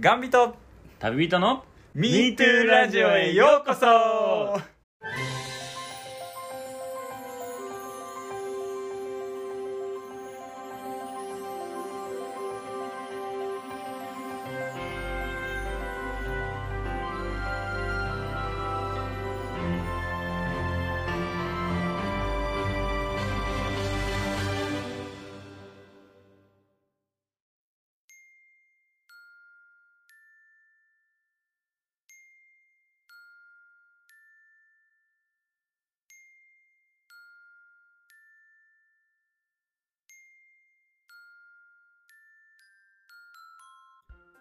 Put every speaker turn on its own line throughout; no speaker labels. ガンビト
旅人の
MeToo ラジオへようこそ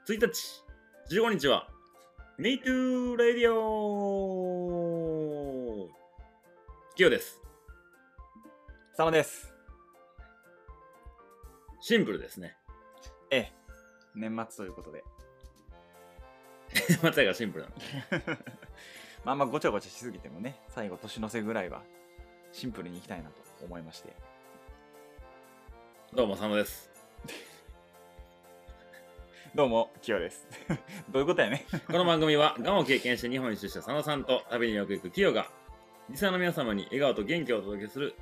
1日15日は MeToo ラディオキヨです
サマです
シンプルですね
ええ年末ということで
松屋がシンプルなの
まあまあごちゃごちゃしすぎてもね最後年の瀬ぐらいはシンプルにいきたいなと思いまして
どうも佐野です
どうもキヨです どういうことやね
この番組はがんを経験して日本一周した佐野さんと旅によく行くキヨが実際の皆様に笑顔と元気をお届けする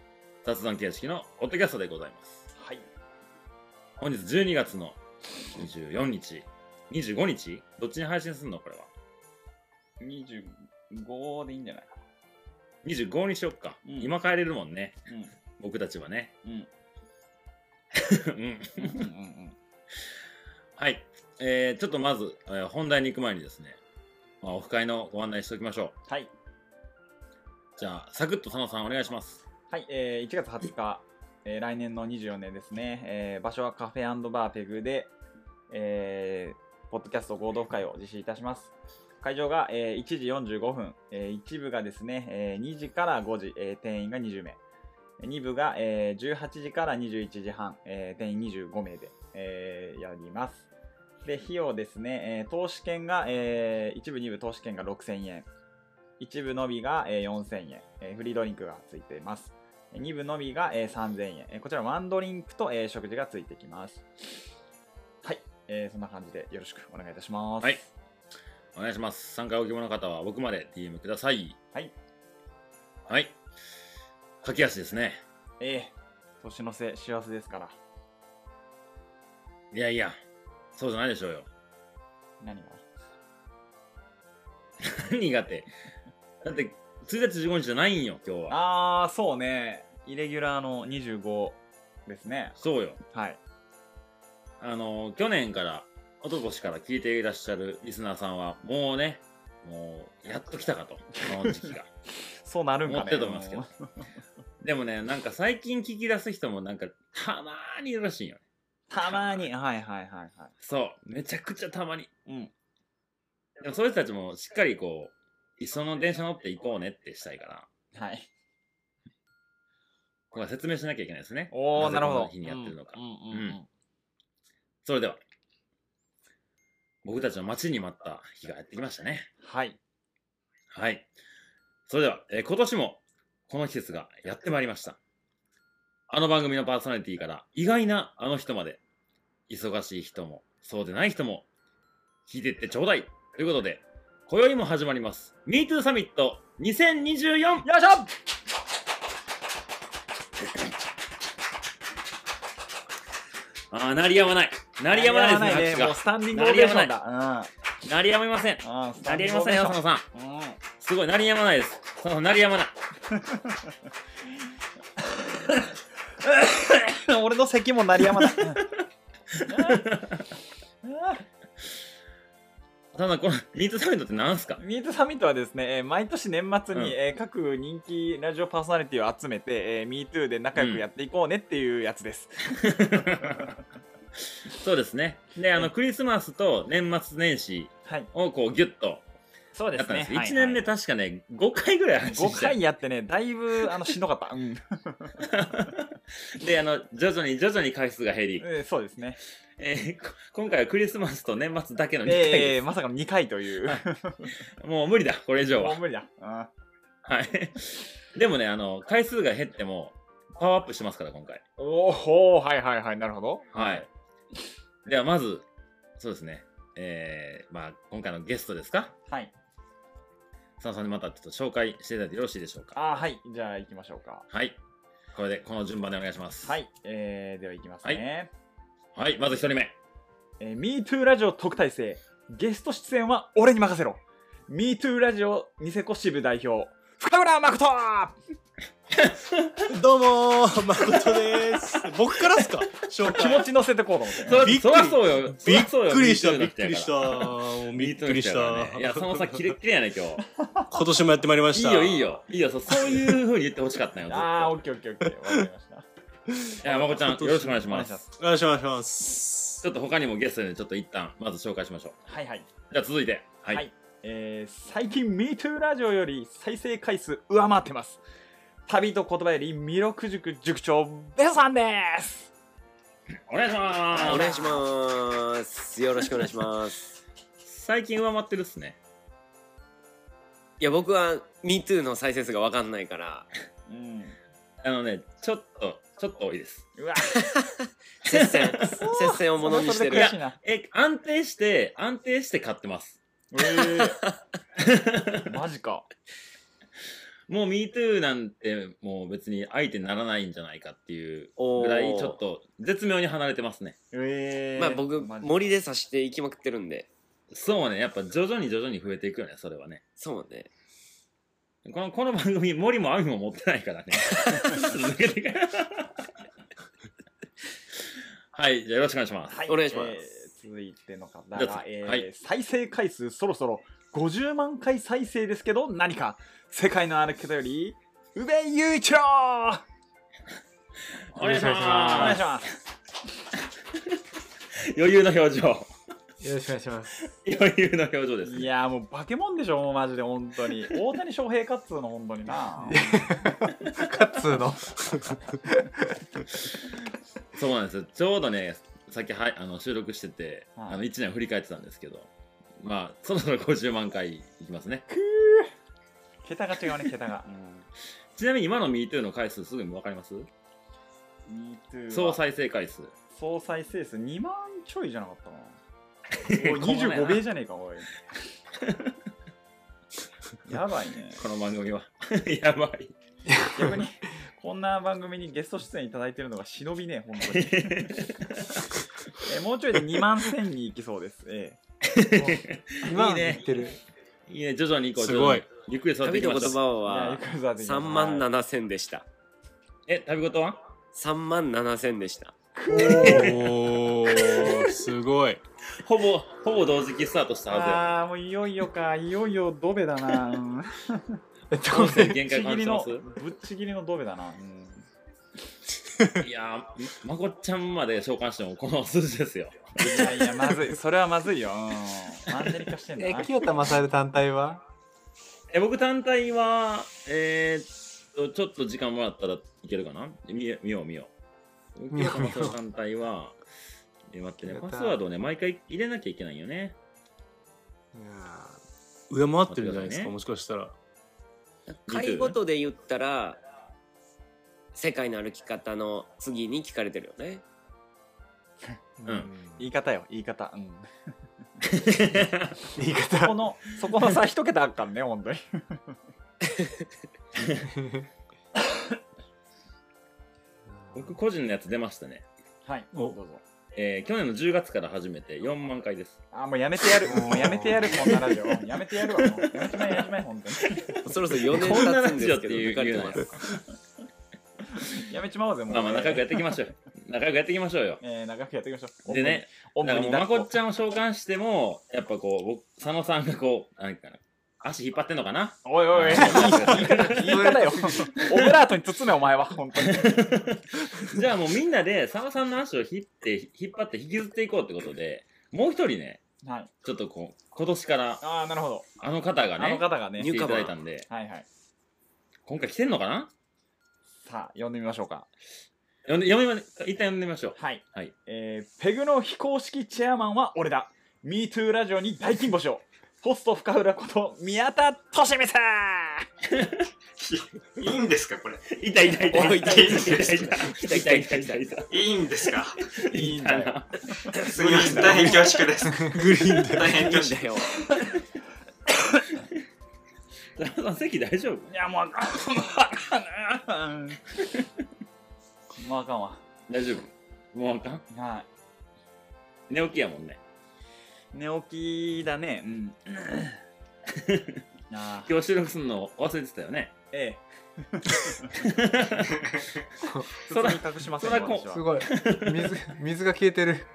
雑談形式のオッドキャストでございます
はい
本日12月の24日25日どっちに配信するのこれは
25でいいんじゃないか
25にしよっか、
うん
今帰れるもんね
うん
僕たちはね
うん
う
う
ん
んうんうん
はい、えー、ちょっとまず、えー本題に行く前にですね、まあ、オフ会のご案内しておきましょ
はいう
じゃあサクッと佐野さんお願いします
はい、えー1月20日、えー来年の24年ですね、えー場所はカフェバーペグで、えーポッドキャスト合同会を実施いたします。会場が、えー1時45分、えー一部がですね、えー2時から5時、えー定員が20名、2部が、えー18時から21時半、えー定員25名で、えーやります。で、費用ですね、えー投資券が、え1部、2部投資券が6000円、1部のみが、えー4000円、えーフリードリンクがついています。2部のみが、えー3000円。えーこちらワンドリンクと、えー食事がついてきます。はい、えーそんな感じでよろしくお願いいたします。
はいお願いします参加お希望の方は僕まで DM ください
はい、
はい駆け足ですね
えー年の瀬幸せですから。
いやいやそうじゃないでしょうよ
何が
何がってだって1日15日じゃないんよ今日は
あー、そうね。イレギュラーの25ですね。
そうよ
はい。
あの去年から一昨年から聞いていらっしゃるリスナーさんはもうねもうやっと来たかとこの時期が
そう なるんかね。
思ってると思いますけど
もう
でもね、なんか最近聞き出す人もなんかたまーにいるらしいんよね。
たまに。はいはいはいはい。
そう、めちゃくちゃたまに。
うん。
でもそういう人たちもしっかりこう、その電車乗って行こうねってしたいから、
はい。
これは説明しなきゃいけないですね。
おー、な
ぜ
るほ
こ
ど。
の日にやってるのか。
うんうんうんうん
うんそれでは、僕たちの待ちに待った日がやってきましたね。
はい。
はい。それでは、えー今年もこの季節がやってまいりました。あの番組のパーソナリティから意外なあの人まで、忙しい人も、そうでない人も、聞いてってちょうだいということで、今宵も始まります。MeToo サミット 2024!
よいしょ
ああ、鳴りやまない。鳴りやまないですね、拍手
もう
が。
スタンディングオベーションだ。
鳴りやめません。
うん。うん、スタ
鳴
ンデ
り
ィ
や
ング
め
オベーショ
ませんよ、
ン
佐野さん。
うん。
すごい、鳴りやまないです。佐野さん、鳴りやまない。
俺の咳も鳴りや まない。
佐野さん、この MeToo サミットって何すか
ミートサミットはですね、えー毎年年末に、
うん
えー各人気ラジオパーソナリティを集めて、えー、MeToo で仲良くやっていこうねっていうやつです。
そうですね。で、あの、クリスマスと年末年始
はい。
をこうギュッと
そう
やったんです。1
一
年目確かね、5回ぐらい配信
5
して
回やってね、だいぶあ のしんどかった。うん、
で、あの、徐々に徐々に回数が減り、
えーそうですね。
えーこ 今回はクリスマスと年末だけの2回
え
で
ーまさかの2回という。
す。もう無理だ、これ以上
も
は
う。無理だ。うん
はい。 でもね、あの、回数が減っても、パワーアップしてますから、今回。
おー、はいはいはい、なるほど。
はい。では、まず、そうですね。えーまあ、今回のゲストですか
はい。
佐野さんにまたちょっと紹介していただいてよろしいでしょうか
あーはい。じゃあ行きましょうか。
はいこれでこの順番でお願いします
はい。えー、では行きますね。
はい、まず一人目
えー、MeToo ラジオ特待生。ゲスト出演は俺に任せろ。MeToo ラジオニセコ支部代表。深村誠
どうもー、誠です。僕からっすか紹
気
介。
持ち乗せてこうと思って、
そら
びっくり
そらそうよそ
び
ら
っ
そうよ
くりした、び
MeToo
っくりした。
だ
もうびっくりし
からね
た。
いや 佐野さんキレッキレやね今
今年もやってまいりま
日
し
いい
た。
よいい。よいいよそそういうふうに言ってほしかったよずっと
ああ、オッケーオッケーオッケー。わかりました。
いやまこちゃんよろしくお願いし
お願
ま
いしますす。
お願いしますお願いします。
ちょっと他にもゲストにちょっと一旦まず紹介しましょう
はいはい。
じゃあ続いてはい、
はいえー最近 MeToo ラジオより再生回数上回ってます旅と言葉より魅力塾塾長ベロさんです
お願いします
お願いします。よろしくお願いします。
最近上回ってるっすね
いや、僕は MeToo の再生数が分かんないから、
うん
あのねちょっとちょっと多いです
うわ
接 戦、接戦をものにして
そ
る
れ。はそれで悔しいな
え安定して安定して買ってます
えーマジか
もう MeToo なんてもう別に相手にならないんじゃないかっていう
おー
ぐらいちょっと絶妙に離れてますね
えー
まあ僕、
マジ
森で刺していきまくってるんで、
そうねやっぱ徐々に徐々に増えていくよねそれはね
そうね。
このこの番組森も網も持ってないからね続けていくはいじゃあよろしくお願いします
はい
お願いします
えー続いての方
じゃあ
が、えー
はい
再生回数そろそろ50万回再生ですけど何か世界の歩き方より宇部雄一郎
お願いし
お願
ま
いし
す
ます
余裕の表情
よろしくお願いします。
余裕の表情です
いやーもう化け物でしょもうマジで本当に大谷翔平かっつうの本当にな
カッツーの。
そうなんですよちょうどねさっきはいあの収録してて、
はい
あの1年を振り返ってたんですけどまあそろそろ50万回いきますね
桁が違うね桁 が、
ちなみに今の MeToo の回数すぐに分かります
うん、
総
総再
再生回数
総再生数2万ちょいじゃなかったな
え
おい
困ら
25
んな
倍じゃねえかおいやばいね
この番組は やばい
逆にこんな番組にゲスト出演いただいてるのが忍びねえ本 当にえもうちょいで2万1000に行きそうですえ
今
いいね
言ってる。
いいね徐々にこう
すご
徐
い
々にゆっくり育っ
旅
ていき
の
ま
言
しょう
葉
え
は3
3
万7千でした。
え旅事は
3万7千でした。
おー、すごい。
ほぼほぼ同時期スタートしたは
ああーもういよいよかいよいよドベだな、う ん
えっと
ずや音声
ぶっ
限
ち
界
ぎり
感じて
の
ま
ぶっちぎりのドベだな、うん
すいやーまこっちゃんまで召喚してもこの数字ですよ
いやいやまずいそれはまずいよ、うん、マンネリ化してんだ
え
な、
清田勝単体は
え僕単体はえー、っとちょっと時間もらったらいけるかな見よ見よう見よう
見よう見よう
僕の単体はえ待ってね
やった
パスワードをね毎回入れなきゃいけないよね
上回ってるんじゃないですか、
待
もしかしたら。
回ごとで言ったら、世界の歩き方の次に聞かれてるよね。
う
うんん。
言い方よ言い方、うん、
言い
そ
方
こ。のそこのさ一桁あっかんね本当に
僕個人のやつ出ましたね
はいどうぞ
えー去年の10月から始めて4万回です
あーもうやめてや るもうやめてやるこんなラジオうんやめてやるわもうやめちまえやめちまえ本当に
そろそろ4年
こんな
経
ラ
つん
ジ
で
オっ
す
て
けど、
い
抜
う
かれてま
言う
す。
やめちまおうぜもう
まあまあ仲良くやっていきましょう仲良くやっていきましょうよ
えー、長くやっていきましょう
でね
おんぶ
だから
に
もう
抱
ま
っこ
こっちゃんを召喚してもやっぱこう僕佐野さんがこうなんかな足引っ張ってんのかな
おいおいおい言い方よオブラートに包めお前は本当に
じゃあもうみんなで佐野さんの足を引って引っ張って引きずっていこうってことでもう一人ね
はい
ちょっとこう今年から
ああなるほど
あの方が
あの
ね
方がね
来ていただいたんで
はいはい
今回来てんのかな
さあ読んでみましょうか
読んで読みま一旦読んでみましょう
はい、
はい
えーペグの非公式チェアマンは俺だ MeToo ラジオに大金星をホスト深浦こと宮田俊光さん
いいんですかこれ。
痛い痛い痛い痛い痛い痛い痛い痛い痛い痛い
いいんで すか
いいんだよ。
すみません。大変恐縮です。
グリーンで。
大
い
変
い
恐
ん
縮。
だよ。
田中さん席大丈夫
いや、もうあかん。もうあかんな。 もうあかんわ。
大丈夫もうあかん
は
寝起きやもんね
い。寝起きだね。うん。ああ。
今日収録するの忘れてたよね
ええ。普
そら
通に隠しますよ、
そらこ
私は
すごい。水、水が消えて る。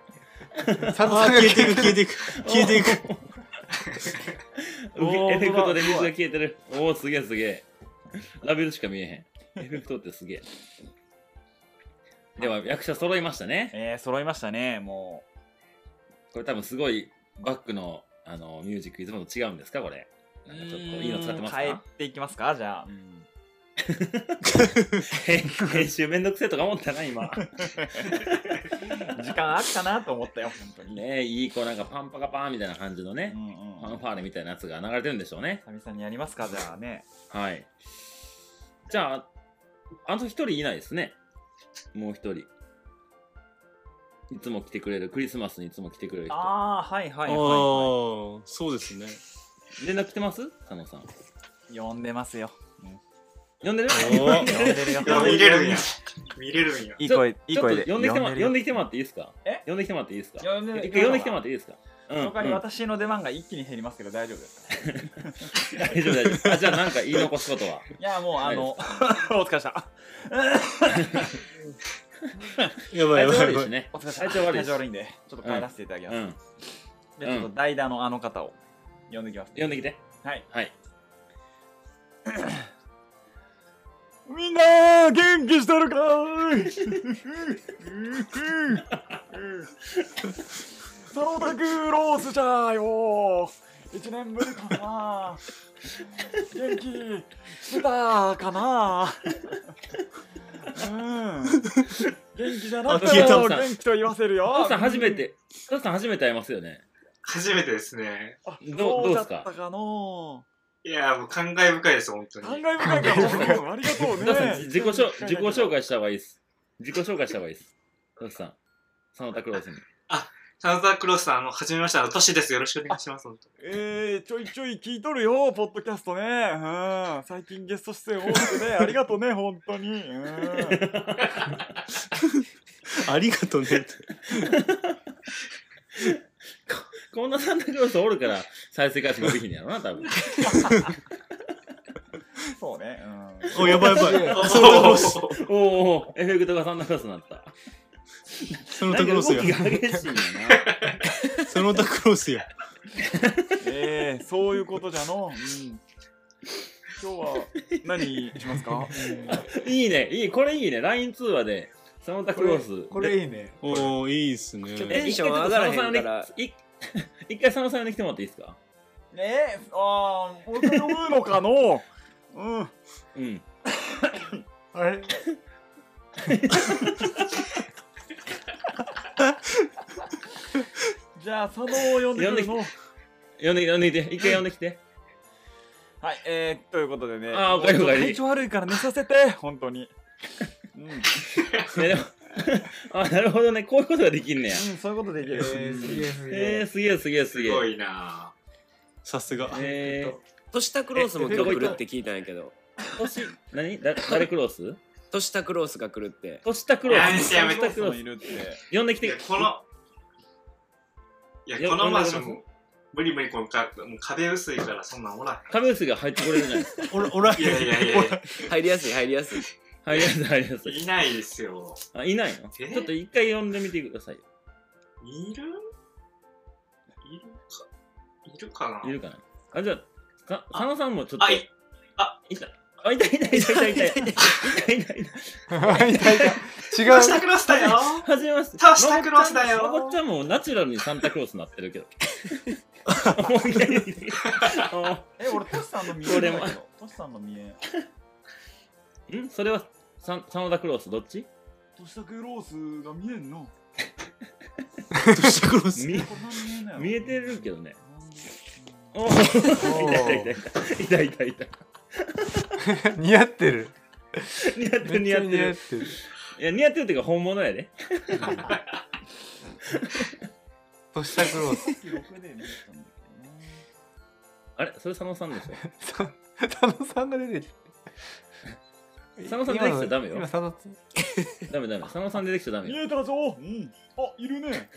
サン
あ
が
ー消えてい
る
く消えていく消えていく
エフェクトで水が消えてるおおすげえすげえラベルしか見えへんエフェクトってすげえでは役者揃いましたね
ええ、揃いましたね、も
これ多分すごいバックのあのミュージックいつもと違うんですかこれ
う。
なんかちょっといいの使ってます
うーん
か
変えていきますか、じゃあ。
編編集めんどくせえとか思ったな今
時間あったなと思ったよ、本当に。
ねえいい子なんかパンパカパーンみたいな感じのね、
うん
フ
う
ァン
ん。
ファーレみたいなやつが流れてるんでしょうね。
久々にやりますか、じゃあね。
はい。じゃあ、あと一人いないですね。もう一人。いつも来てくれる、クリスマスにいつも来てくれる人。
ああ、はいはい
あ
はいは
ーそうですね
連絡来てます佐野さん。
い。呼んでますよ。うん
呼んでる
お
呼んでるよ。
あ見れるんや。見れるんや。
いい
ちょ
声、いい
ちょっ
声
と
で。
呼んできても
るよ
呼んできてもらっていいですか
え
呼んできてもらっていいですか
呼んで
一回呼んできてもらっていいですかうん、
その代わり
うん
私の出番が一気に減りますけど大丈夫ですか、
大丈夫大丈夫あじゃあなんか言い残す ことはい
やもうあのお 疲れした
やばい
体調
やば
悪い
いやば
しね
お疲れした
体調悪い
体
し
調悪いんでちょっと帰らせていただきま
う
す、
ん
でちょっと代打のあの方を呼んできます、
呼んできて
はい
はい
みんな元気して るかいサロタクロースじゃよ一年ぶりかな元気してたかなうん元気じゃなくて
あ
消
も
えた
元気と言わせるよ
佐藤さん初めて佐藤さん初めて会いますよね
初めてですね。
どうどう
だっ
です
た
か
かの
いやー、もう感慨深いです、本当
感
に。
慨深いからもうありがとう
皆さん、
ね
自己紹自己紹介した方がいいです。自己紹介した方がいいです。トシさん、サンタクロースに。
サンタクロースさん、あの、はじめまして、あの、トシです。よろしくお願いします、本当に。
えー、ちょいちょい聞いとるよ、ポッドキャストね。うん、最近ゲスト出演多く てね、ありがとうね、本当に。うん、
ありがとうねって
こんなサンタクロースおるから、再生回数伸びひんやろな、多分。
そうね、
おやばいやばい
お
サンタクロース
ー
おーおー、エフェクトがサンタクロースになった。
サン
な
タ
ん
ク
か
ロ
動
ース
き
や
が激しいんや
サンタクロースや
うん。えー、そういうことじゃの。うん、今日は何しますか、
な。いいね、いい、これいいね。LINE 通話で、サンタクロース。
これいいね。
おおいいっすね
ちょっと
え、
テンション上がらへんから
一回ちょっと佐野さんに。い 一回佐野さんに来てもらっていいですか
うん、えー、あー、僕呼ぶのかのうん。
うん。
あれ
じゃあ、佐野を呼んでくるの。
呼んできて、呼んできて、一回呼んで きて。
はい、えー、ということでね、
あーおかえりおかえり
体調悪いから寝させて、本当に。うん、うん、
ねでも あ、なるほどね。こういうことができんねや。
そういうことでき
え
る。
ー、すげえすげ
えー、
え。
すげえすげえす
す
げえ。
ごいな
さすが
えー、
トシタクロースも今日来るって聞いたんやけど、
年、何だ誰クロス
トシタクロースが来るって。
年田クロ
やめ
ス。
てやめ
年
て
田クロ
い
ス。
るって。
呼んでき
ぁ。い
て
や、。この、
い
い
や
や、このマンショ
こんな
ン、無理無理、このか、もう壁薄いから、そんなんおらん。
カメウスが入ってこれるじゃない ですか。
おらおら
いやいやいやいや、
入りやすい入りやすい。
入りやすい、入りやすい。
いないですよ。
あ、いないの
え
ちょっと一回呼んでみてくださいよ。
いるいるか、いるかない
るかなあ、じゃあ、か佐野さんもちょっと。
あ、い、
いた。あ、いたいたいたいたいたいたいたいたいた。
いたいた。違
サ
う
ン。タクロースだよ
はじめまして。
サンタクロースだよ
まこっちゃんもナチュラルにサンタクロースになってるけ ど。もうい ないいないあ
え、俺、トシさんの見
こ
え
れ
だ
も
けど。トシさんの見え。
んそれはサン、サノダクロースどっち
トシタクロースが見えん の。
サンタクロース
見
こんな見えんのやろ
見えてるけどね。
うん
おー
おー
いたいたいたいたいたいた
似合ってる。
似合ってる
めっ
似
ち
合
ゃ
って
似合っ
る
てる。
いや似合ってるっていうか本物やで
年下クロース。
6で見てたんだけ
あれそれ佐野さんでし ょ
さ 佐野さんが出てきて。
佐野さん出てきちゃダメよ
今佐野
ダメダメ佐野さん出てきちゃダメ
どな
よ
見えたぞうんあいるね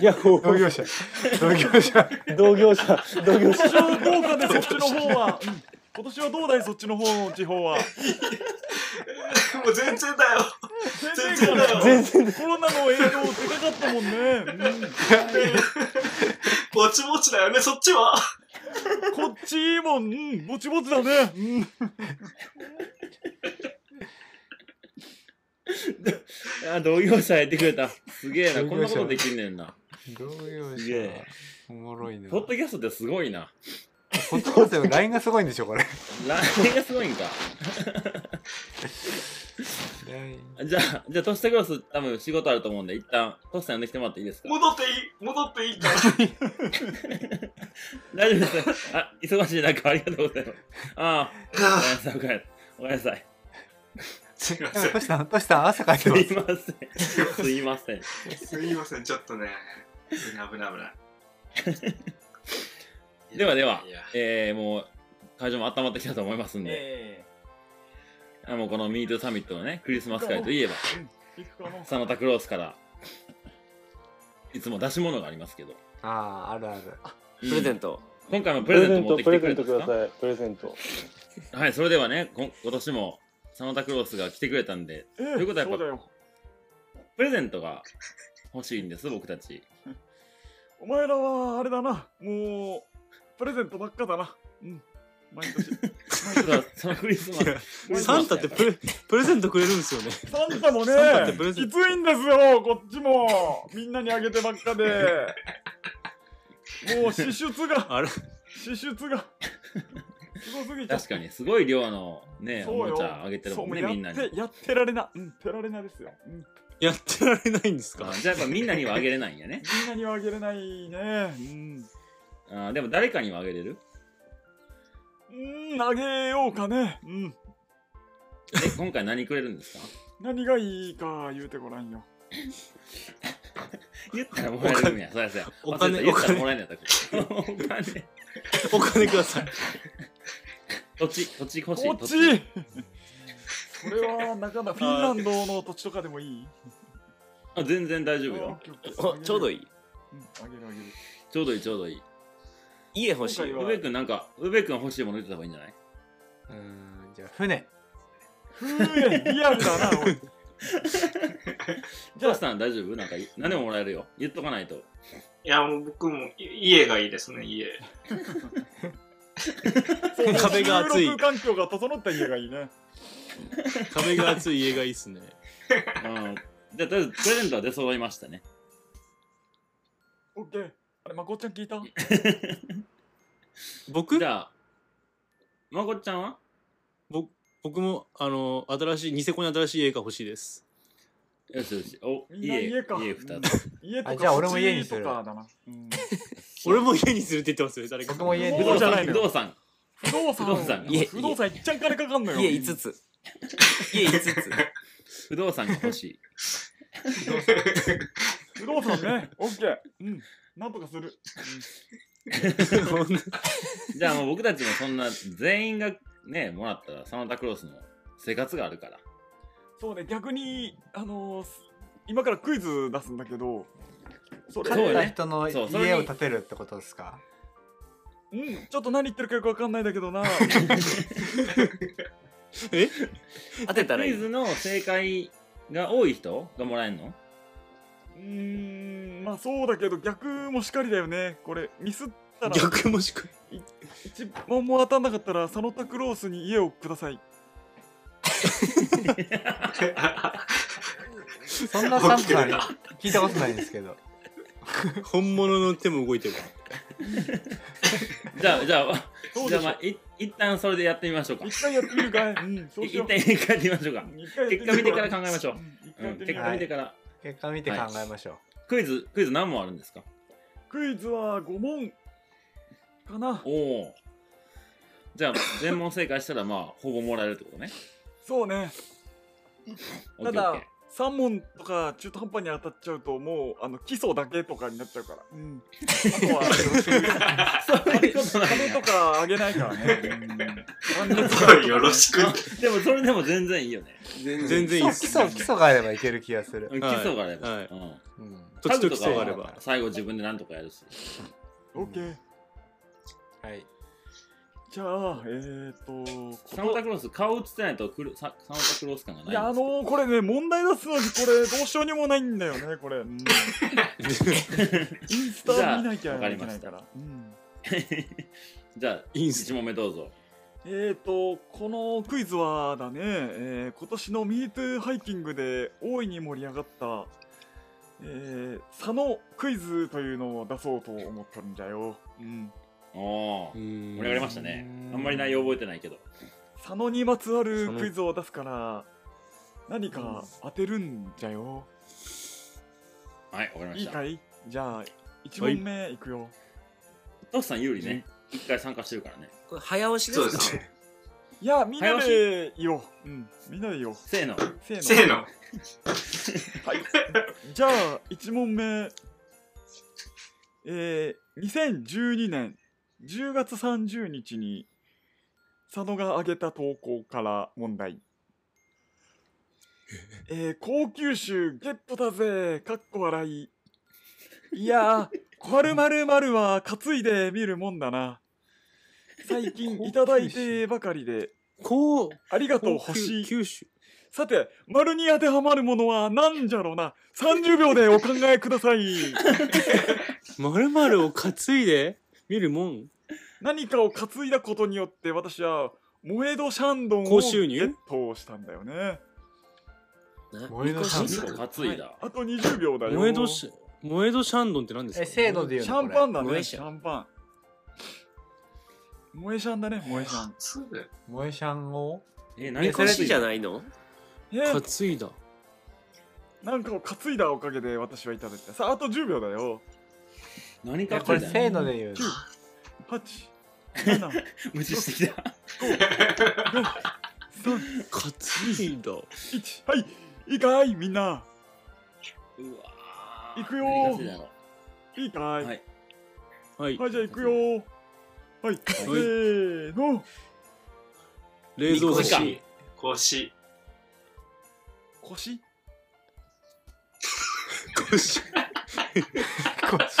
いや、こ
同
う、
業者。同業者。
同業者、同業者。
今年はどうかねそっちの方は、うん今年はどうだいそっちの方の地方は
もう全然だよ。
全然だよ
全然、
コロナの影響でかかったもんね、
ぼちぼちだよね、そっちは。
うんこっちいいもん、うん、ぼちぼちだね、うん
あ同業者やってくれたすげえ な
同
こ
業者
んなことできんねん な
同業
すげ
者
え。
おもろいな。
ポッ
ポ
ドキャストってすごいな
ッドキャストの LINE がすごいんでしょ、これ。
LINE がすごいんか
LINE
じゃあじゃあトシタクロス多分仕事あると思うんで一旦トシさん呼んできてもらっていいですか
戻っていい、戻っていいから。
大丈夫ですあ忙しい中ありがとうございますああ ごめんなさいごめんなさいごめんなさい
すいません
ト。シさん、トシさん、汗かいて
す
ま
い
す。
ませんすいません
すいません、ちょっとね。危ない危ない危な い
ではではい
や
えー、もう会場も温まってきたと思いますんで、
え
あもうこのミートサミットのねクリスマス会といえば
え行くかな
サンタクロースから いつも出し物が ありますけど、
ああ、あるある。
うん
プレゼント。
今回もプ
プ
レ
レ
ゼ
ゼ
ン
ン
ト持
ト、
って
プ
き
レ
てく
ゼ
れ
ン
た
ト
んで
くだ
すか
さい。プレゼント。
はいそれではねこ今年もサンタクロースが来てくれたんで
え
ということはやっぱ
そうだよ
プレゼントが欲しいんです僕たち
お前らはあれだなもうプレゼントばっかだなうん毎年
それはそのクリスマスクリスマス
サンタってプレプレゼントくれるんですよね。
サンタもね
サンタってプレゼ
き
ン
ついんですよこっちもみんなにあげてばっかでもう支出 が
あれ
支出がすごすぎちゃう
確かにすごい量のね
そう
お
よ
もちゃあげてるもんね
そう
みんなに
やってやってられなうんてられなですよ、うん、み
やってられないんです
あ
か
じゃあやっぱみんなにはあげれないんやね
んなにはあげれないねうん
あでも誰かにはあげれる
うんあげようかねうん
え今回何くれるんですか
何がいいか言うてごらんよ
言ったらもらえるんや、そうやそうや。
お金
忘れてた言ったらもらえるんやった から。お金。
お金ください。
土地、土地欲しい。
こっち これはなかなかフィンランドの土地とかでもいい
あ全然大丈夫
あオ
よ
ッ。ケーオッケー
お、ちょうどい
い
い。
あげるあげる
ちょうどいい、ちょうどいい。
家欲しい
今
よ。
宇部くんなんか、宇部くん欲しいもの言ってた方がいいんじゃないう
ーん、じゃあ、船。
ふえリアルだなおい
じゃあさん大丈夫なんか、何でももらえるよ。言っとかないと。
いや、もう僕もい家がいいですね、 家。
そう
壁が厚い
収録環境が整った家がいいね
壁が厚い家がいいっすね。
うん。じゃあ、とりあえず、プレゼントは出揃いましたね。
オッケーあれまこっちゃん聞いた
僕
じゃあ、まこっちゃんは
僕僕もあの新しいニセコに新しい家が欲しいです。
よしよし。お、
みんな
家、
家か
家二つ。
家とか
あじゃあ俺も家にす
土
る
地とかだなうん
俺も家に連れて行ってますよ誰か。
僕も家
不
に。
そう
動
じゃな
産、
い
不
の
動産。
不動産
不動産
家
不動産いっちゃん金かかんのよ
家5つ。 家5つ。
不動産が欲しい。
不動産ねオッケーうんなんとかする
じゃあもう僕たちもそんな、全員がね、もらったら、サンタクロースの生活があるから。
そうね逆にあのーす今からクイズ出すんだけどそれ
そう
買っ
よ
た
ね
人の
そうそれに
家を建てるってことですか
うんちょっと何言ってるかよくわかんないんだけ どな
当てたら
ク
い
イ
い。
ズの正解が多い人がもらえるの
うーんまあそうだけど逆もしかりだよねこれミスったら
逆もしく
一問も当たんなかったらサノタクロースに家をください
そんなサンプルあり聞いたことないんですけど。
本物の手も動いてる。
じゃあ、じゃあ、
どう
じ
で
ゃあ、
し
ま
ょ
あ、い一旦それでやってみましょうか。
う一回やってみる かいうんそう
い
しよ
一
う
旦一回やってみましょ うか。
一回やってみ
結
る
果見てから考え ましょう。
ん一回
う
やっ
ん、
てみ
結
る
果見てから。
結果見て考えましょう。
クイズ、クイズ何問あるんですか
クイズは5問かな
おお。じゃあ、全問正解したら、まあ、ほぼもらえるってことね。
そうね
オ
た
ッケーオッ
だ
ケ
3問とか中途半端に当たっちゃうともうあの基礎だけとかになっちゃうから、うん、あとは
ー。そういうことなん
壁
や
とかあげないからね、うん、
あとはよろしく。
でも、それでも全然いいよね。
全
全然いいっ
基
す
礎基礎があればいける気がす
うん
る、
基
はい
礎があれば。
はい
うん。
うん、
土地と基
家
礎
具
が
と
あ
か
れ
は
ば。
最後自分で何とかやるし。
オッケー
はい
じゃあえー、っとこ
サンタクロース、顔映ってないとクルサ、サンタクロース感がない
いやあのー、これね問題出すのにこれどうしようにもないんだよねこれ、 うん、インスタ見なきゃいけない
じ
から
ゃあわか
うん
じゃあ、
いいんす
1問目どうぞ。
えーとこのクイズはだね、えー今年の MeToo ハイキングで大いに盛り上がった、えー、佐野クイズというのを出そうと思ってるんじゃよ、うん、
おお。
盛
盛り上がりましたね。あんまり内容覚えてないけど。
佐野にまつわる
佐野
クイズを出すから何か当てるんじゃよ、
はい、わかりま
い
し
い
た
か。いじゃあ1問目いくよ、
トシさん有利ね。一回参加してるからね。
これ早押し
そう
で
ですす
か
ね。
いやみんなで言おう、うん、みんなで言おう
せーの。
せーの
せーの。
じゃあ1問目えー、2012年10月30日に佐野が挙げた投稿から問題えー、高級酒ゲットだぜかっこ笑いいやーまるまるまるは担いで見るもんだな最近いただいてばかりで
こう、
ありがとう
九
星
九州。
さて、丸に当てはまるものは何じゃろうな。30秒でお考えくだ さい。
まるまるを担いで見るもん。
何かを担いだことによって私は、モエド・シャンドンを
高
ゲ
収入
ットしたんだよね。
な
俺の
みこし
2個担いだ。
あと20秒だよ。
モエドシ、モエドシャンドンって何です
え
か
せーので
シ
言う
ャ
の
ンパンだ
これ
ね、シャンパン。モエシャンだね、モエシャン。
そうだよ
萌えシャンを
え、
み
何
こしじゃ
い
ないの
え
担
ー、
いだ。
なんかを担いだおかげで私はいただいた。さあ、あと10秒だよ。
何
え
か
こ
担
れ
い
せ
だ
ーので言うの
8、7、
無視してきた。
3、
担いだ。
1。はい、いいかいみんな。
うわー
行くよー
何担いだろう
いいかい、
はい
はい。
はい、じゃあ行くよー。はい、せーの。
冷蔵庫
みこ。し
腰。
腰
腰。
えー
腰。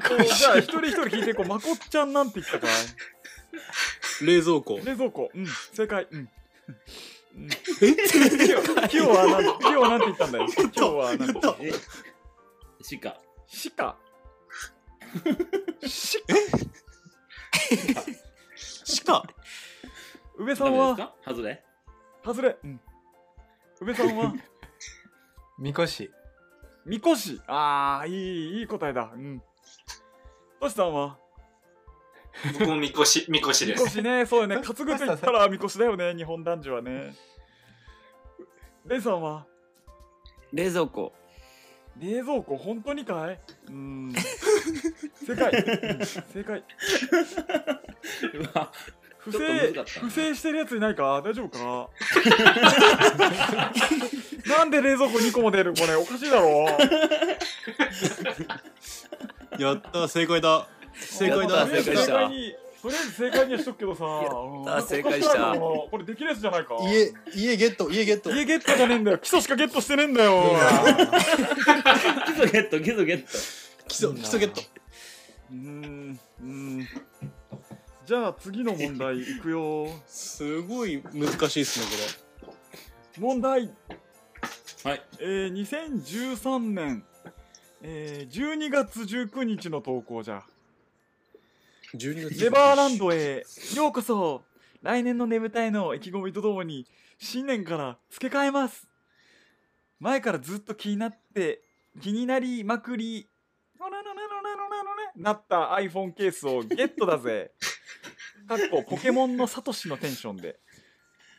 と、じゃあ一人一人聞いていこう。まこっちゃんなんて言ったかい
冷蔵庫。
冷蔵庫。うん、正解。うん。うんキヨはなんキヨはなんて言ったんだよ。キヨはなんて
言った
え、しか。
シカ。シカ。
しか。
上さ
ダ
ん
メ
は、
ですか外れ
外れ。うん。上さん は、
みこ し
みこし。あー、いい、いい答えだ。うん。としさんは、
僕もみこ し、みこし
み
で
こ
す。
し ね、そうよね。担ぐと言ったらみこしだよね、日本男女はね。レイさんは、
冷蔵庫
冷蔵庫本当にかいうーん正解、うん正解
うわ
不
ちょっと難
正
かったな
不正してるやついないか大丈夫かなんで冷蔵庫2個も出るこれおかしいだろ
やった、正解だ。正解
や
だ。
った正解した
とりあえず正解にとりあえず正解にはしとくけどさうんなんか
正解した
おかいなこれできるやつじゃないか
家、家ゲット、家ゲット。
家ゲットじゃねえんだよ基礎しかゲットしてねえんだよ
基礎ゲット、基礎ゲット。
基礎、基礎ゲット。
うーんうーんじゃあ次の問題いくよ
すごい難しいですね、
問題
はい
えー、2013年、えー、12月19日の投稿じゃ
これ。12月。
ネバーランドへようこそ来年のねぶたへの意気込みとともに新年から付け替えます前からずっと気になって気になりまくりのらのらのらのらのらなった iPhone ケースをゲットだぜかっこポケモンのサトシのテンションで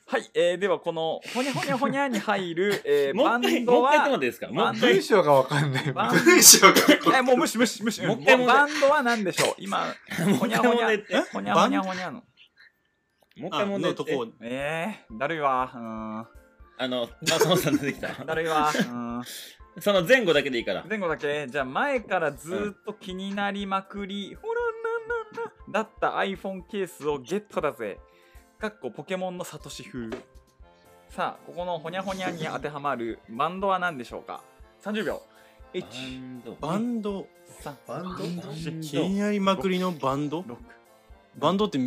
はい、えー、ではこのほにゃほにゃほにゃに入る、えー、
も
バ
う一回、
ン
も
ド
う一回言ってもらっ
は
ていいですか
バンド
もう一回
文。章がわかんない。
バン
文章が
えもう無視無視無視
もう一回
もう
もう一回
バンドは何でしょう今
もう
ほに
一回
ゃほ
問
にゃ
題言って。
ほにゃほにゃほにゃの
もう一
あ
回問題言
のと
って
こ。
えー、だるいわ
あの、松本さん出てき た
う。んだるいわうん
その前後だけでいいから。
前後だけじゃあ前からずーっと気になりまくり、ほらなななだった iPhone ケースをゲットだぜかっこポケモンのサトシ風さあここのほにゃほにゃに当てはまるバンドは何でしょうか30秒1 2
バンド
3
バンド
気になりまくりのバンドバンドって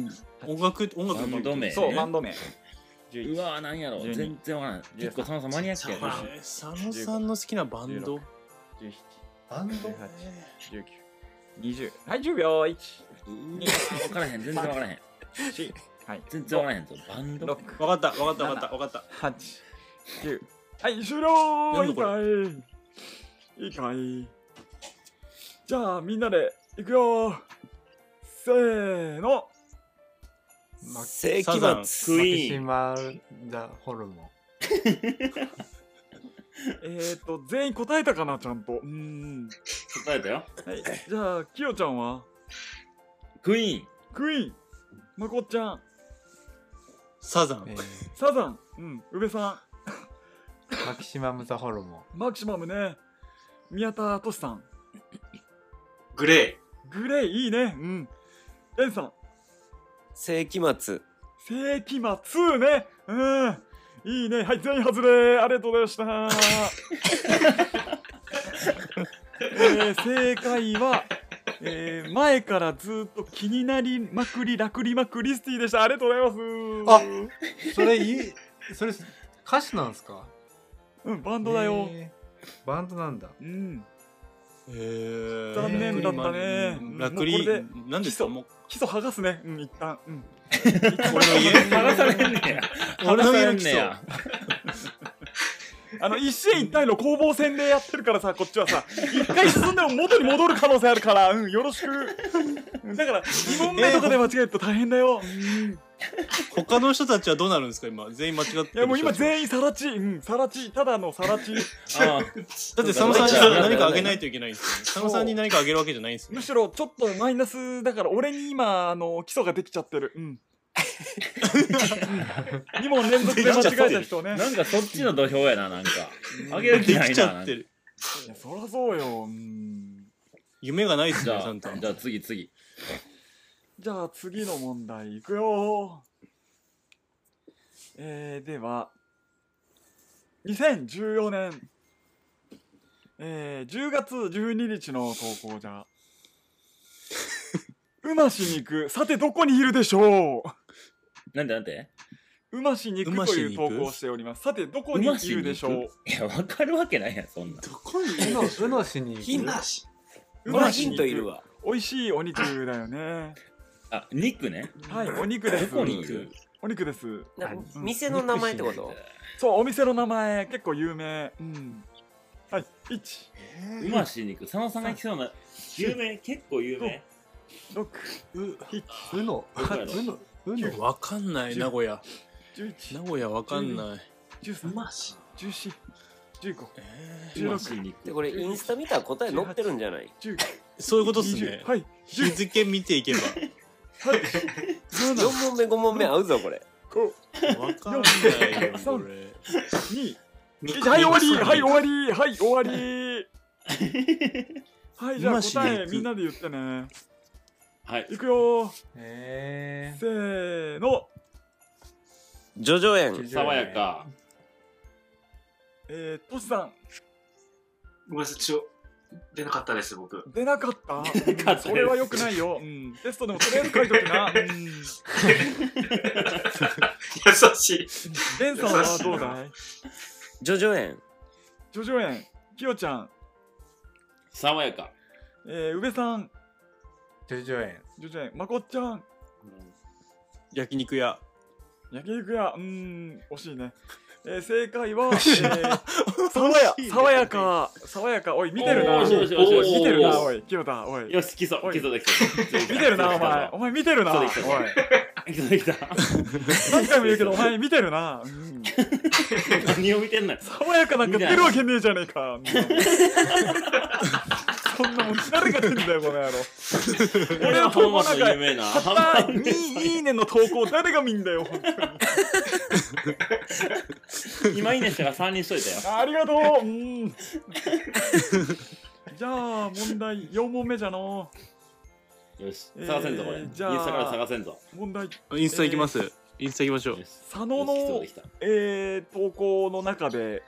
音楽音楽の
バンド名
そうバンド名
うわー、なんやろ
12
全然わからん。結構、佐野さんマニアックや
そう
な
なん。
え佐野さんの好きなバンド
バンド
111920はい10秒1
うわーわからへん。全然わからへん。
4はい
全然わからへんぞ。バンド
6
わかったわかったわかったわかった
八九はい終了
やん
いい
のこ
かいいいかいじゃあみんなで行くよせーの
世
サ
紀
ザン
末
ク
マ
イ
キシ
ーン。
マザホルモン。
えーと全員答えたかなちゃんとうーん
答えたよ。
はいじゃあきよちゃんは
クイーン。
クイーンまこっちゃん
サザン
えー
サザンうん宇部さ
マキシマムザホルモン。
んマキシマムね宮田俊さん
グレ
グレイいいねうんレンさん
世紀末
世紀末ねうんいいねはい全員外れありがとうございました、 えー正解は、えー前からずっと気になりまくりラクリマクリスティでしたありがとうございます
それいい、それ歌詞なんですか
うんバンドだよ、
えーバンドなんだ。
うん残
残
念だったね
ラク
もう
リ
これで
何です
基
か
礎
もう
基礎剥がすねうん一旦 うん
俺の家
話されんねや。話
俺の
さ
家
れ
の
んね
基礎
や。
あの一進一退の攻防戦でやってるからさこっちはさ一回進んでも元に戻る可能性あるからうんよろしくうんだから2問目とかで間違えると大変だよ、うん
他の人たちはどうなるんですか今全員間違ってる
いやもう今
人たち
全員さらち、うん、さらち、ただのさらち、
ああ。
だって佐野さんに
そうだ
何かあげないといけないんですよね佐野さんに何かあげるわけじゃないんですよ
む
ね
しろちょっとマイナスだから、俺に今、あの基礎ができちゃってる。 うん。2問連続で間違えた人ね。
なんかそっちの土俵やな、なんか。あげ
で
る気ないな。
きちゃってる
いや、そらそうよ。うん
夢がないです
じ
ね
ゃ
サ
あ
ンタ、
じゃあ次、次。
じゃあ次の問題いくよえー、では2014年、えー、10月12日の投稿じ ゃうまし肉さてどこにいるでしょ
なんてなんて
ううまし肉
うま
と
し
いう
肉
投稿をしておりますさてどこ
う
に
ま
い
し
る
に
で
行
しょう
くいや、わかるわけないやん、そんな。
うの、うのしに行
ー。
く。
なし。
う
これは
ま
ヒ
し
ントいる
肉
わ
美味しいお肉だよね
あ、肉ね。
はいお肉で
ど
す
こにいる
お肉です
な店の名前ってこと
そうお店の名前結構有名うんはい1
うまし肉。佐野さんが行きそうな。有名結構有名。
六、
うの、
どこやろ
うの、うの。
わかんない名古屋
十一
名、古屋わかんない
十
う
三、
まし。
十四、十五、
う
十
ま
六、
し肉。
でこれインスタ見たら答え載ってるんじゃない
十
そういうことっす
九、
ね
20はい、
日付見ていけば
4問目5問目合うぞこれ
五、
わかんないよこれ
二、一はい終わり、はい終わり、はい終わり。はいじゃあ
今し
答え
肉
みんなで言ってね。
はい。
いくよー、
え
せーの、
ジョジョ園
ー。
爽や。か。
えー、としさん
ごめんなさい、ちょ、出なかったです、僕。
出なかった。
なかったです
それは良くないよ。うん、テストでもとりあえず書いときな。うん、
優しい。
レンさんはどうだい？
ジョジョ園
ジョジョ園、きよちゃん、
爽やか。
えー、宇部さん、
ジョジョ園。
ジョジョ園、まこっちゃん。
焼肉屋
焼肉屋うーん惜しいね、えー、正解は、えー、爽や爽やか爽やかおい見てるなお
おーよ
い
しよしよしよし
見てるなおい清田おい
よし、基礎、基礎できた。
見てるなお前お前見てるな
そ
お
う
い
ですた来た来た
何回も言うけど、お前見てるな。うん
何を見てんのよ
爽やかなんか出るわけねえじゃねえか。 そんなもん誰が出んだよ、この野郎。 俺の投稿なんか
有名な
たった2いいねの投稿誰が見んだよ、本当に。
今いいねしたから3人しといたよ
ありがとう。 うん。じゃあ、問題4問目じゃの。
よし探せんぞこれ、
えー
インス
じゃあ
タから探せんぞ
問題、
インスタ行きます。インスタ行きましょ
よ
う。
し
佐野
よし来た
の
来、た
えー、投稿の中で、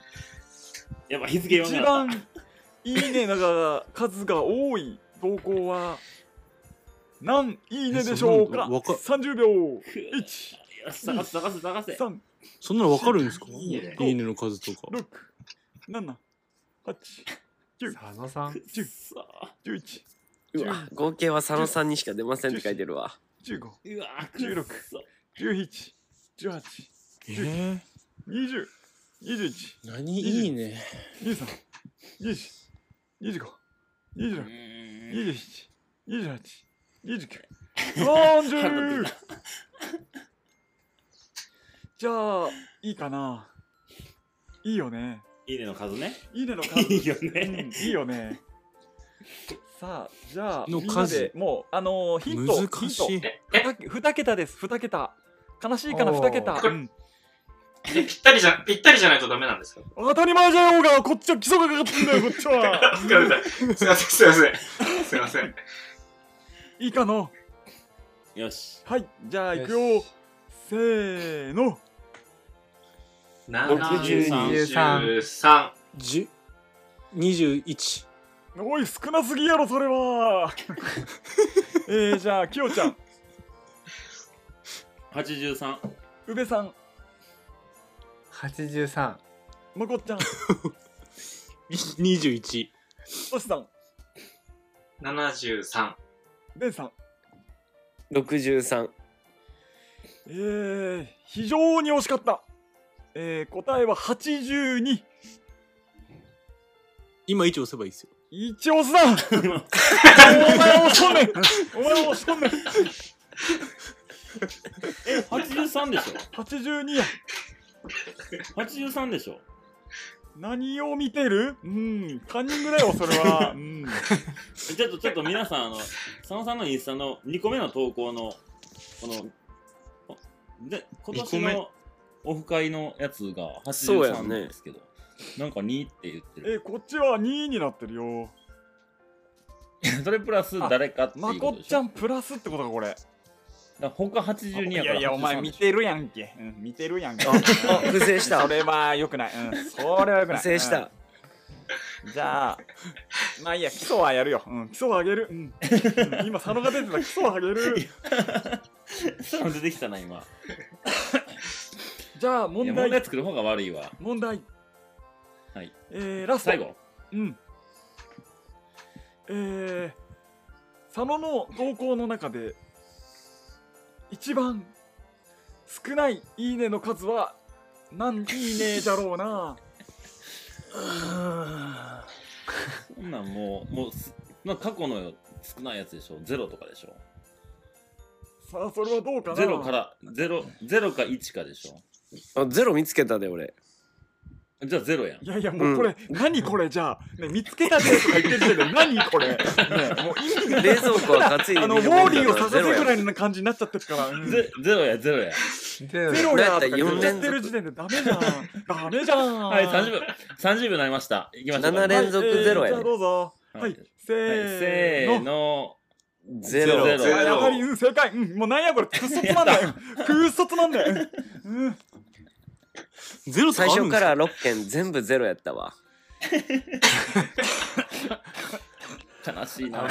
やっぱ日付読
一
めなかっ
番いいねが数が多い投稿は何いいねでしょうか
えそんなのわか
30秒
た
1
よし探せ探せ探せ
3
そんなのわかるんですか
いいね
いいねの数とか。
6 7 8
佐野さん
くっそー
11
うわ合計は佐野さんにしか出ませんって書いてるわ
15
うわー
16
くっそ
18 18
えー、
20 21
何いいね。
23 20 25 26
うーん
27 28 29 30じゃあいいかないいよね
いいねの数ね
いいねの数
いいよね
うんいいよねさあじゃあ
の
みんなで
数
もうあのーヒント
難しい。
ヒントふた桁ですふた桁悲しいかな
お
ふ
ー
た桁、うん
でぴったりじゃ、ぴったりじゃないとダメなん ですか
当たり前じゃようがこっちは基礎がかかってんだよこっちは
すいません。すいません、すいません。すいません。
いいかな
よし
はいじゃあいく
よ
よ
し
せーの
73。
十二十一。
おい少なすぎやろそれはえー、じゃあきよちゃん
83
宇部さん
83
まこっちゃん
二十一。
としさん
73。
べんさん
63
えー、非常に惜しかったえー、答えは82
今一押せばいいですよ。
一押すなお前押しとんねんお前押しとんねん
え83でし
82や
ょ83でしょ
何を見てるうんカンニングだよそれはうん
ちょっとちょっと皆さんあの佐野さんのインスタの2個目の投稿のこのおで今年
二
のオフ会のやつが
そうや
83
ね
なんですけど、なんか2って言ってる
えー、こっちは2位になってるよ
それプラス誰かっていう
ま
こ
こと
で
っ
し
ち
ょ
ゃんプラスってことかこれ
だから他82やから
いやいやお前見てるやんけ、うん、見てるやんけ
あ不正した
それはよくない、うん、それはよくない
不正し
う
た
んじゃあまあいいや基礎はやるよ、うん、基礎はあげる、うん、うん今佐野が出てた基礎はあげる
そう いうの出てきたな今
じゃあ
いや
問
問
題
題作る方が悪いわ
問題
はい
えー、ラスト
最後
うんえー、佐野の投稿の中で一番少ないいいねの数は何いいねじゃろうな
そんなんもうもうすなんか過去の少ないやつでしょゼロとかでしょ
さあそれはどうかな
ゼロからゼロゼロか1かでしょ
あゼロ見つけたで俺
じゃあゼロやん
いやいやもうこれ、何これじゃあ、ね、見つけたでとか言ってる時点で何これ、ね、もう意味が
冷蔵庫は担いで
あのウ
見る
ォー
もんだ
リーを
か
させ
らゼ
る
ロ
ぐら
や
いの感じになっちゃってるから、うん
ゼゼロやゼロや
で
ゼロやとか
だ
言
っ
ったち
ら
ゃってる時点でダメじゃんダメじゃん
はい30秒30秒になりましたいきましょうか
7連続ゼロやね
はいえーじゃあどうぞ
は
はいい、
はい
せ
はい
ー
せ
の,、
ーの
ゼ
ゼロ
ロ
ゼロ
あやはり、うん、正解、うん、もうなんやこれ空卒なんだ よ空卒なんだよ、うん、
ゼロと
最
あ
初
るんです
から6件全部ゼロやったわ
悲しいな
あも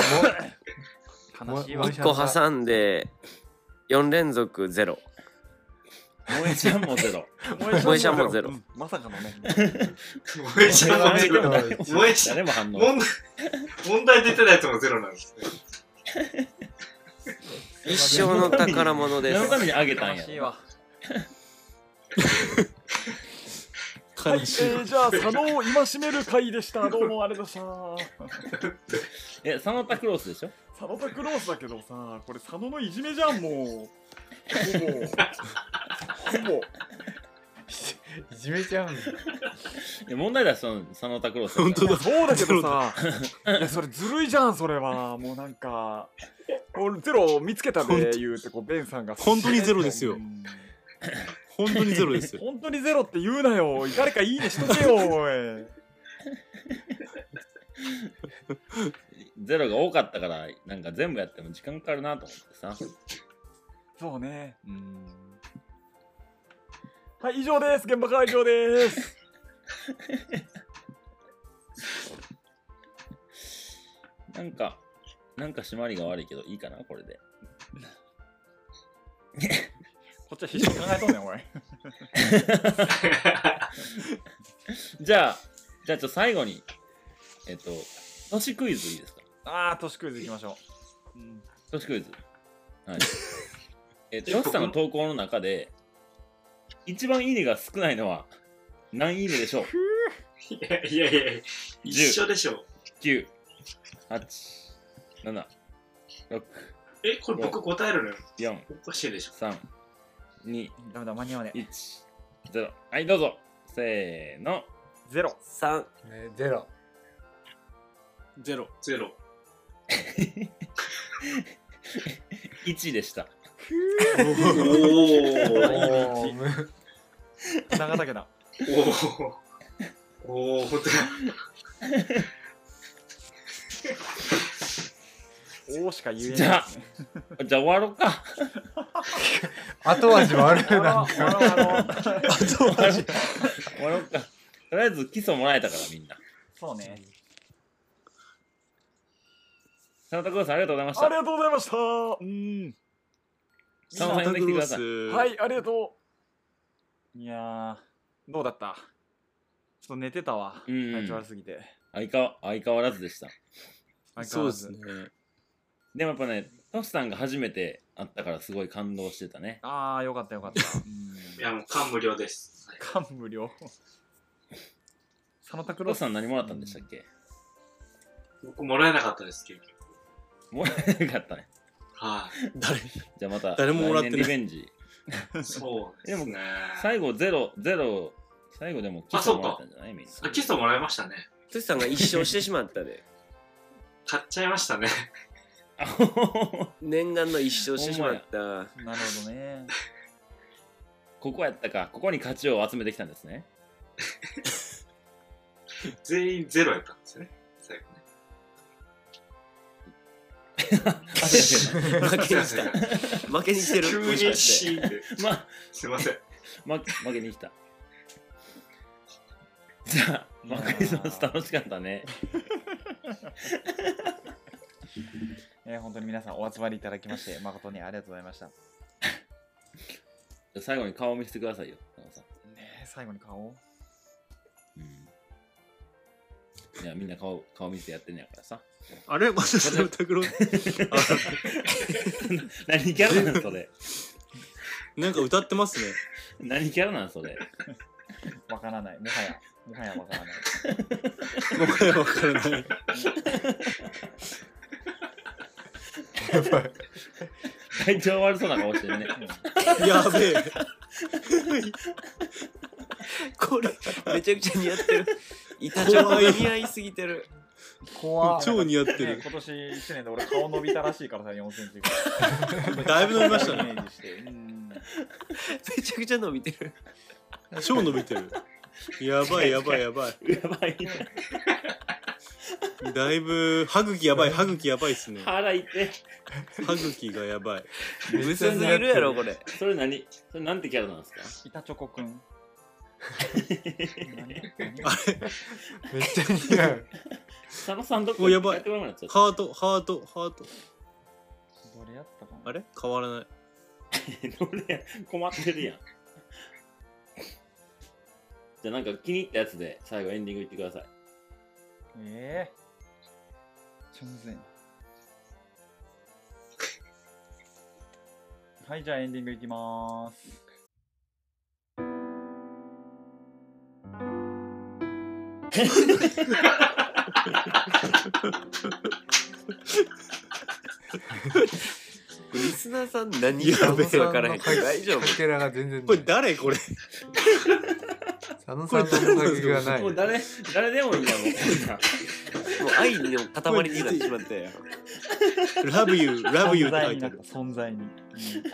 悲しいわ
もう
1個挟んで4連続ゼロ
萌えちゃんもゼロ
萌えちゃんもゼロ
うんまさかのね
燃えちゃんのゼロ。
う
燃えちゃん。
誰も反応
問題、問題出てないやつもゼロなんですね。
一生の宝物です
何のためにあげたん
悲
や
しいわはい、え
悲しい。
ー、じゃあ佐野を戒める会でしたどうもありがとうございました
えサンタクロースでしょ
サノタクロースだけどさこれ佐野のいじめじゃんもう
ほぼ。 いじめちゃうん
い
だ。
や問題だよその佐野拓郎さん
本当
が
だ
そうだけど さ、いやそれずるいじゃん、それは。もうなんか、俺ゼロを見つけたで言うて、こうベンさんが。
本当にゼロですよ
うん
本当にゼロですよ。
本当にゼロって言うなよ。誰かいいねしとけよ、おい。
ゼロが多かったからなんか全部やっても時間かかるなと思ってさ
そうね。うん。はい、以上です。現場会場です。
なんかなんか締まりが悪いけどいいかなこれで
こっちは必死に考えとんねん、おい。
じゃあじゃあちょっと最後にえっと都市クイズいいですか
あー、都市クイズいきましょう。うん
都市クイ ズはいえっとヨシさんの投稿の中で一番いいねが少ないのは何いい ねでしょう
いやいやいや、一緒でしょ。
9 8 7 6
え、これ僕答えるのよ。
4
おかしいでしょ。
3 2
ダメだ、間に合わねえ。
1ゼロはいどうぞせーの
ゼロ。
3
ねゼロ。
ゼロ。。
ゼロ。
1でした
お
お
ー
ーむ
長竹だ。
おーおお本当だ。
おーしか言えない。
じゃじゃあ終わろうか
後味悪い
あら、
な
あ
ん
ら
か。
あら
終わろうかとりあえず基礎もらえたからみんな
そうね。
サンタクロースありがとうございまし
あ
た
りがとうございました。うん。
佐野さん呼んできてください
はいい、ありがとう。いやー、どうだったちょっと寝てたわ。
うん
体調悪すぎて。
相変わ相変わらずでした
相変
そ
わら
うで
ず
すね。
でもやっぱねトシさんが初めて会ったからすごい感動してたね
あー、よかったよかった。
いや、もう感無量です。
感無量。佐野拓
ト
郎
シさん何もらったんでしたっけ
僕もらえなかったです、結局。
もらえなかったね
は
誰
じゃあまた
誰ももらってない
来年リベンジ
い。そうですね。
最後ゼロゼロ最後でも基
あそ
礎
う
も
か
え
ら
たんじゃないみんな
あ、キストもらいましたね。
トシさんが一勝してしまったで
買っちゃいましたね。
あほほほ
念願の一勝してしまった
なるほどね。
ここやったかここに勝ちを集めてきたんですね
全員ゼロやったんですよね。最後ね。
負けにし
すいま
た
せん
負けにしてる
急
も
に
しかして
シーンで。
まあ
すいません。
負け負けに来た。 じゃあ、マクリスマス楽しかったね。
えー、本当に皆さんお集まりいただきまして、誠にありがとうございました。ね
じゃあ最後に顔を見せてくださいよ、田中さん。
え最後に顔を
うん、いや、みんな顔顔見せてやってんねやからさ。
あれまたサンタクロース。
何キャラなんそれ。
なんか歌ってますね。
何キャラなんそれ。
わからない。もはや、もはやわからない。
もはやわからない。
やばい。
体調悪そうな顔してるね。
やべえ。
これめちゃくちゃ似合ってる板ちょが似合いすぎてる
怖
超似合って
ね
る。
今年1年で俺顔伸びたらしいからさ、4センチぐらい。
だいぶ伸びましたね
イメージして。うん
めちゃくちゃ伸びてる
超伸びてる。やばいやばいやばい。
やばい。
だいぶ歯茎やばい歯茎やばいっすね。
腹痛い。
歯茎がやばい。
めっ
む
ちゃ
す
似合
ずい
ってる
るやろこれ
それ何それなんてキャラなんですか
板チョコくん。何何
めっちゃ似合う。
佐野さんどこ
おやばい
やってもらうようになっちゃった
ハートハートハート。
どれやったかな
あれ変わらない。
どれや困ってるやん。じゃあなんか気に入ったやつで最後エンディングいってください。
ええー。ちょむずいな。 はい、じゃあエンディングいきまーす。
リス
スナーさん何言ってるか分からへんけど大丈夫
かけらが全然
こ
な
れ
い。
誰これ
佐野さんのかけがない
もう。誰、誰でもいいな、もうこんなん。
もう愛の塊になってしまったよ
Love you, love you っ
存
て書
在
い
にな
て
っ
ある
た存在に、うん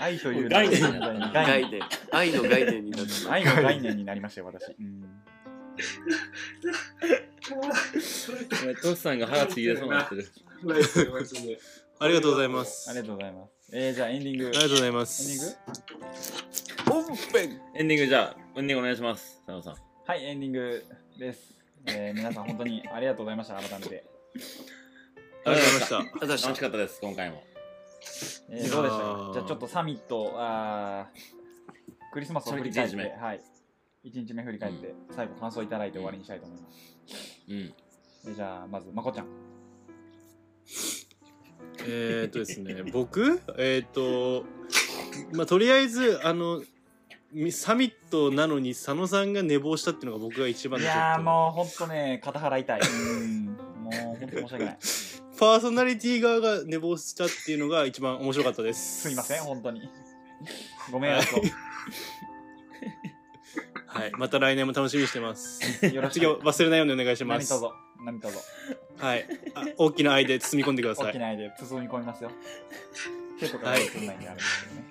愛という
概念
存在
概
に概念
念愛の概念になってしまっ
愛の概念になりましたよ私、うん
ごめんトシさんが腹ついてそうになってる。
ないですよマジで
ありがとうございます
あ
あ
りが
り
とうございますえー、じゃあエンディングエン
がとうございま
ディング
す
た本編
エンディングじゃあ、エンディングお願いします。佐野さん。
はいエンディングです、えー、皆さん本当にありがとうございました改めて、
ありがとうございま
あざし
楽しかったです、今回も。
えー、どうでした
い
か
やー
じゃあちょっとサミットあークリスマスを振り返って
一日目
はい1日目振り返って、最後感想いただいて終わりにしたいと思います、
うん。
でじゃあまずまこちゃん
したえー、っとですね僕えー、っとまあとりあえずあのみサミットなのに佐野さんが寝坊したっていうのが僕が一番
い
のちょっと
やーもうほんとね肩払 いたいうんもうほんと申し訳ない
パーソナリティ側が寝坊したっていうのが一番面白かったです
すいません本当 にごめんなさい
はいまた来年も楽しみにしてます
よろし
次
く
は忘れないようにお願いしま
何
す
とぞ何とぞ
はいあ大きな愛で包み込んでくださ
大
い
きな愛で包み込み ますよ結構かかるないんであれですけどね、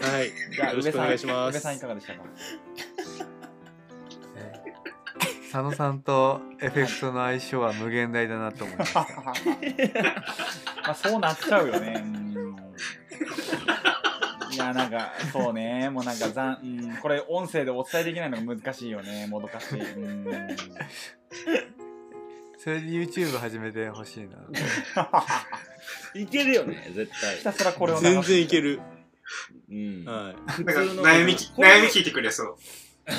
はい
うんじゃあ
よ
上
ろしくお
さん
願いします
上さんいかがでしたか
佐野さんとエフェクトの相性は無限大だなと思い ました。
まあそうなっちゃうよねうんいやなんかそうねもうなんかざん、うん、これ音声でお伝えできないのが難しいよねもどかしいうん
それで YouTube 始めてほしいな。
いけるよね、絶
ひ
対。
たすらこれを流す
全然いける
うん。
はい
なんか悩みき悩み聞いてくれそう
こ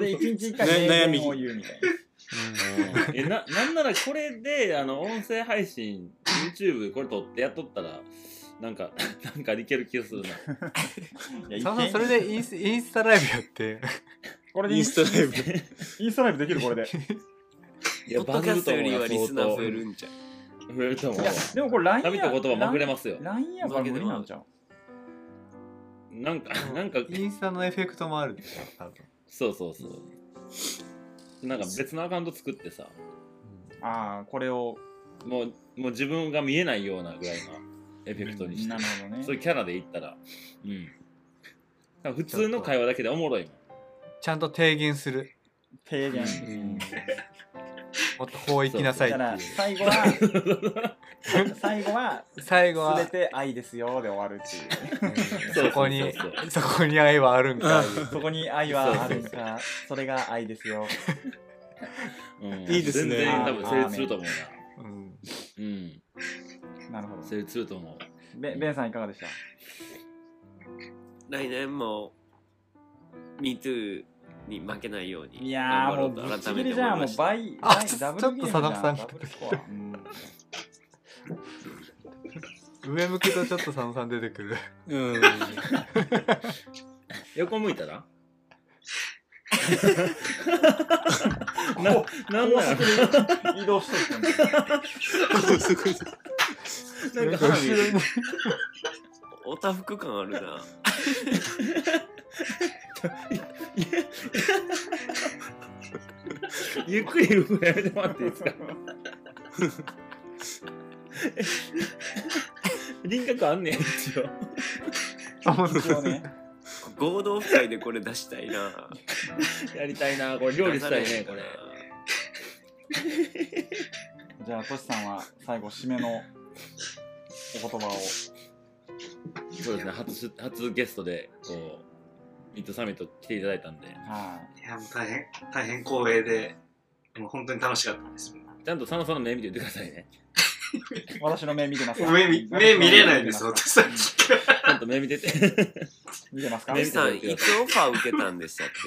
れで一日一回
ね
名
悩み
言を言うみたいな
うん えななんならこれであの音声配信 YouTube これ撮ってやっとったらなんか なんかいける気がするな
やい
い
うん。
け
佐野さんそれでインスインスタライブやって。
これで
インスタライブ
インスタライブできるこれでい
いや
ポッドキャストよりはリスナー増え
る
るんじゃん
増えると思う
やでもこれ LINE
食べた言葉まくれますよ
LINE やから無理なんじゃん
なんかなんか
インスタのエフェクトもあるでしょ、多分。
そうそうそうなんか別のアカウント作ってさ
ああこれを
もうもう自分が見えないようなぐらいのエフェクトにして
なるほどね
そういうキャラでいったらうんなんか普通の会話だけでおもろいもん
ちゃんと提言する。
提言
うん
もっとこう行きなさい
だ
っ
か
て
ら
いう。
最後は最後は
最後は
全、て愛ですよで終わるっていう
うん
そう
そこに
そうそう、
そこに愛はあるんかい。
そこに愛はあるんかそれが愛ですよ
うん
いいですね
全然多分成立すると思うな
うん
うん
なるほど
成立すると思う
ベベンさんいかがでした
来年も MeToo に負けないように
いやーもう
頑
ぶ
張ろ
っ
うと
ち
改
ぎ
めて
りじゃん
思いま
もう
した
倍
あ
倍
ちょ
ダブルゲームじゃん
ちょっと佐々木さん
ダブルスコアうん
上向くとちょっと佐野さん出てくる。
うん
横向いたらななんなんやろ
移動してるんですよ
すごい
なんか花火
おたふく感あるな
ゆっくり動くのやめてもらっていいですか 輪郭あんねん一応
一応ね
合同会でこれ出したいな
やりたいなこれ料理したい ねこれ
じゃあトシさんは最後締めのお言葉を
そうですね初出初ゲストでこうミッドサミット来ていただいたんで
はい
やもう大変大変光栄でもう本当に楽しかったです
ちゃんと佐野さんの目見て言ってくださいね
い私の目見てますか
目見目見れないです私さっきから
ちゃんと目見てて
見てますか
ア
目
ミ
見
さんいつオファー受けたんでしたっ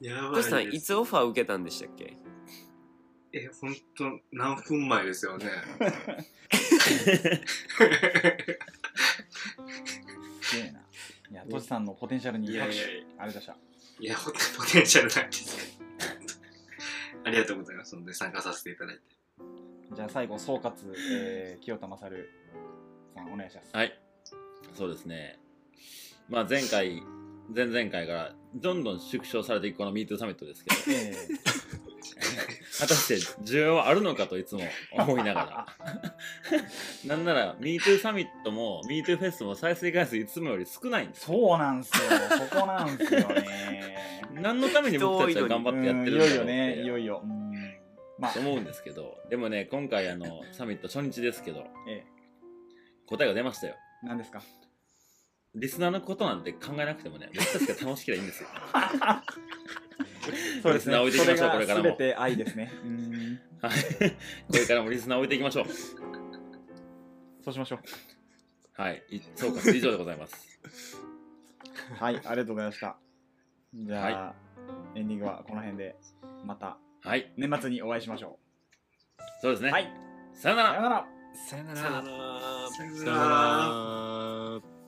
け
やば
トシさん
いで
い
す
つオファー受けたんでしたっけ
え本当何分前ですよね
すげえな。いや、トシさんのポテンシャルに
いやいやいや
あれでした。
いや、本当にポテンシャルないです。ありがとうございます。ので、参加させていただいて。
じゃあ最後総括、えー、清田勝さんお願いします。
はい。そうですね。まあ前回、前々回からどんどん縮小されていくこの MeToo サミットですけど、
え
果たして需要はあるのかといつも思いな がら。なんなら MeToo サミットも MeToo フェスも再生回数いつもより少ないんで
ー、
す。
そうなんすよ。そこなんすよね。
何のために僕たちは頑張ってやってるん
い
だ
よ
ろ
いうよ
って
ね、いよいよ。うんまあ、
思うんですけど、でもね、今回あの、サミット初日ですけど、
え
答えが出ましたよ。
え、なんですか。
リスナーのことなんて考えなくてもね、僕たちが楽しければいいんですよ。
そう
リスナー置いていきましょうこれから
そが
も
全て愛ですね。うん。
はい。これからもリスナー置いていきましょう。
そうしましょう。
はい。い総括以上でございます。
はい、ありがとうございました。じゃあ、
は
エンディングはこの辺で、また
はい。
年末にお会いしましょ
そうです
う。
ね。
はい、
さよな
さ
ら
ようなら。
さよな
さよな
ら。
ら
さよなら。